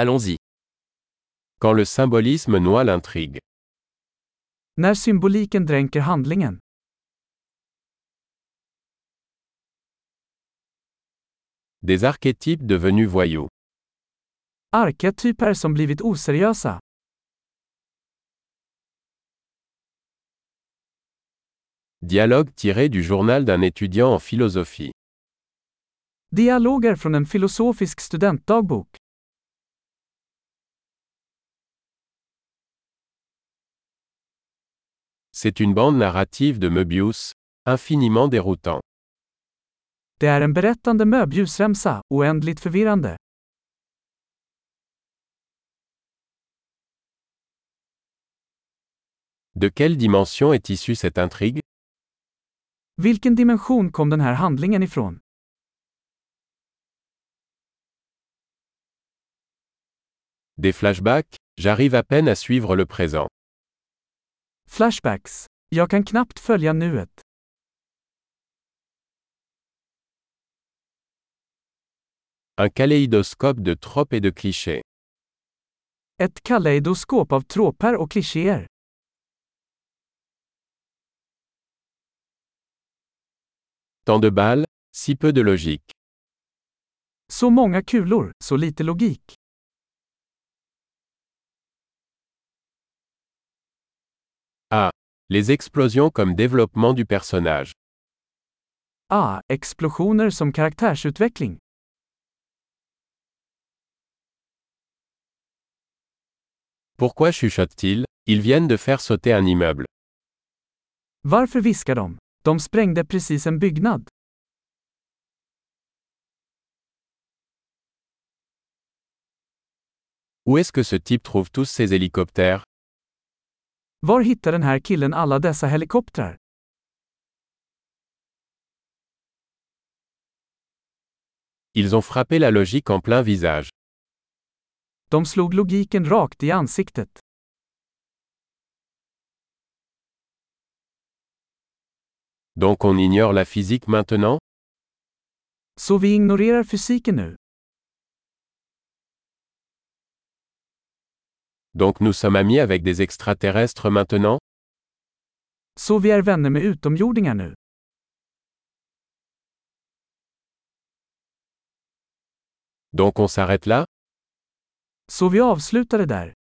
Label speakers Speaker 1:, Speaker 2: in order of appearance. Speaker 1: Allons-y. Quand le symbolisme noie l'intrigue.
Speaker 2: När symboliken dränker handlingen.
Speaker 1: Des archétypes devenus voyous.
Speaker 2: Arketyper som blivit oseriösa.
Speaker 1: Dialogue tiré du journal d'un étudiant en philosophie.
Speaker 2: Dialoger från en filosofisk studentdagbok.
Speaker 1: C'est une bande narrative de Möbius, infiniment déroutant.
Speaker 2: Det är en berättande möbiusremsa, oändligt förvirrande.
Speaker 1: De quelle dimension est issue cette intrigue
Speaker 2: Vilken dimension kom den här handlingen ifrån?
Speaker 1: Des flashbacks J'arrive à peine à suivre le présent.
Speaker 2: Flashbacks. Jag kan knappt följa nuet.
Speaker 1: Un kaléidoscope de tropes et de clichés.
Speaker 2: Ett kaleidoskop av tråper och klichéer.
Speaker 1: Tant de balles, si peu de logique.
Speaker 2: Så många kulor, så lite logik.
Speaker 1: Les explosions comme développement du personnage.
Speaker 2: Ah, explosioner som karaktärsutveckling.
Speaker 1: Pourquoi chuchotent-ils Ils viennent de faire sauter un immeuble.
Speaker 2: Varför viskar de? De sprängde precis en byggnad.
Speaker 1: Où est-ce que ce type trouve tous ces hélicoptères
Speaker 2: Var hittar den här killen alla dessa helikoptrar?
Speaker 1: Ils ont frappé la logique en plein visage.
Speaker 2: De slog logiken rakt i ansiktet.
Speaker 1: Donc on ignore la physique maintenant
Speaker 2: Så vi ignorerar fysiken nu.
Speaker 1: Donc nous sommes amis avec des extraterrestres maintenant
Speaker 2: Så vi är vänner med utomjordingar nu.
Speaker 1: Donc on s'arrête là
Speaker 2: Så vi avslutar det där.